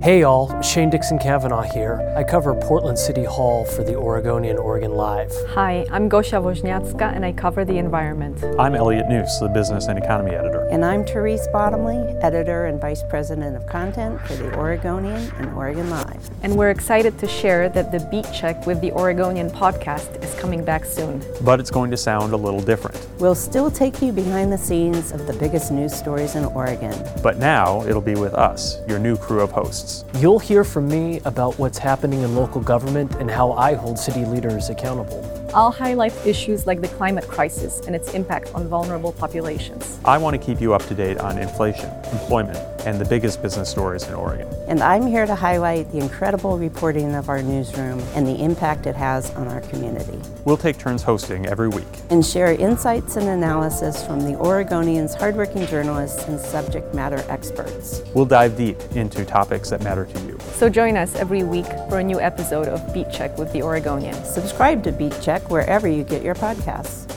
Hey y'all, Shane Dixon Kavanaugh here. I cover Portland City Hall for the Oregonian Oregon Live. Hi, I'm Gosha Wozniacka and I cover the environment. I'm Elliot News, the business and economy editor. And I'm Therese Bottomley, editor and vice president of content for the Oregonian and Oregon Live. And we're excited to share that the Beat Check with the Oregonian podcast is coming back soon. But it's going to sound a little different. We'll still take you behind the scenes of the biggest news stories in Oregon. But now it'll be with us, your new crew of hosts. You'll hear from me about what's happening in local government and how I hold city leaders accountable. I'll highlight issues like the climate crisis and its impact on vulnerable populations. I want to keep you up to date on inflation, employment, and the biggest business stories in Oregon. And I'm here to highlight the incredible reporting of our newsroom and the impact it has on our community. We'll take turns hosting every week and share insights and analysis from the Oregonians, hardworking journalists, and subject matter experts. We'll dive deep into topics that matter to you. So join us every week for a new episode of Beat Check with the Oregonian. Subscribe to Beat Check wherever you get your podcasts.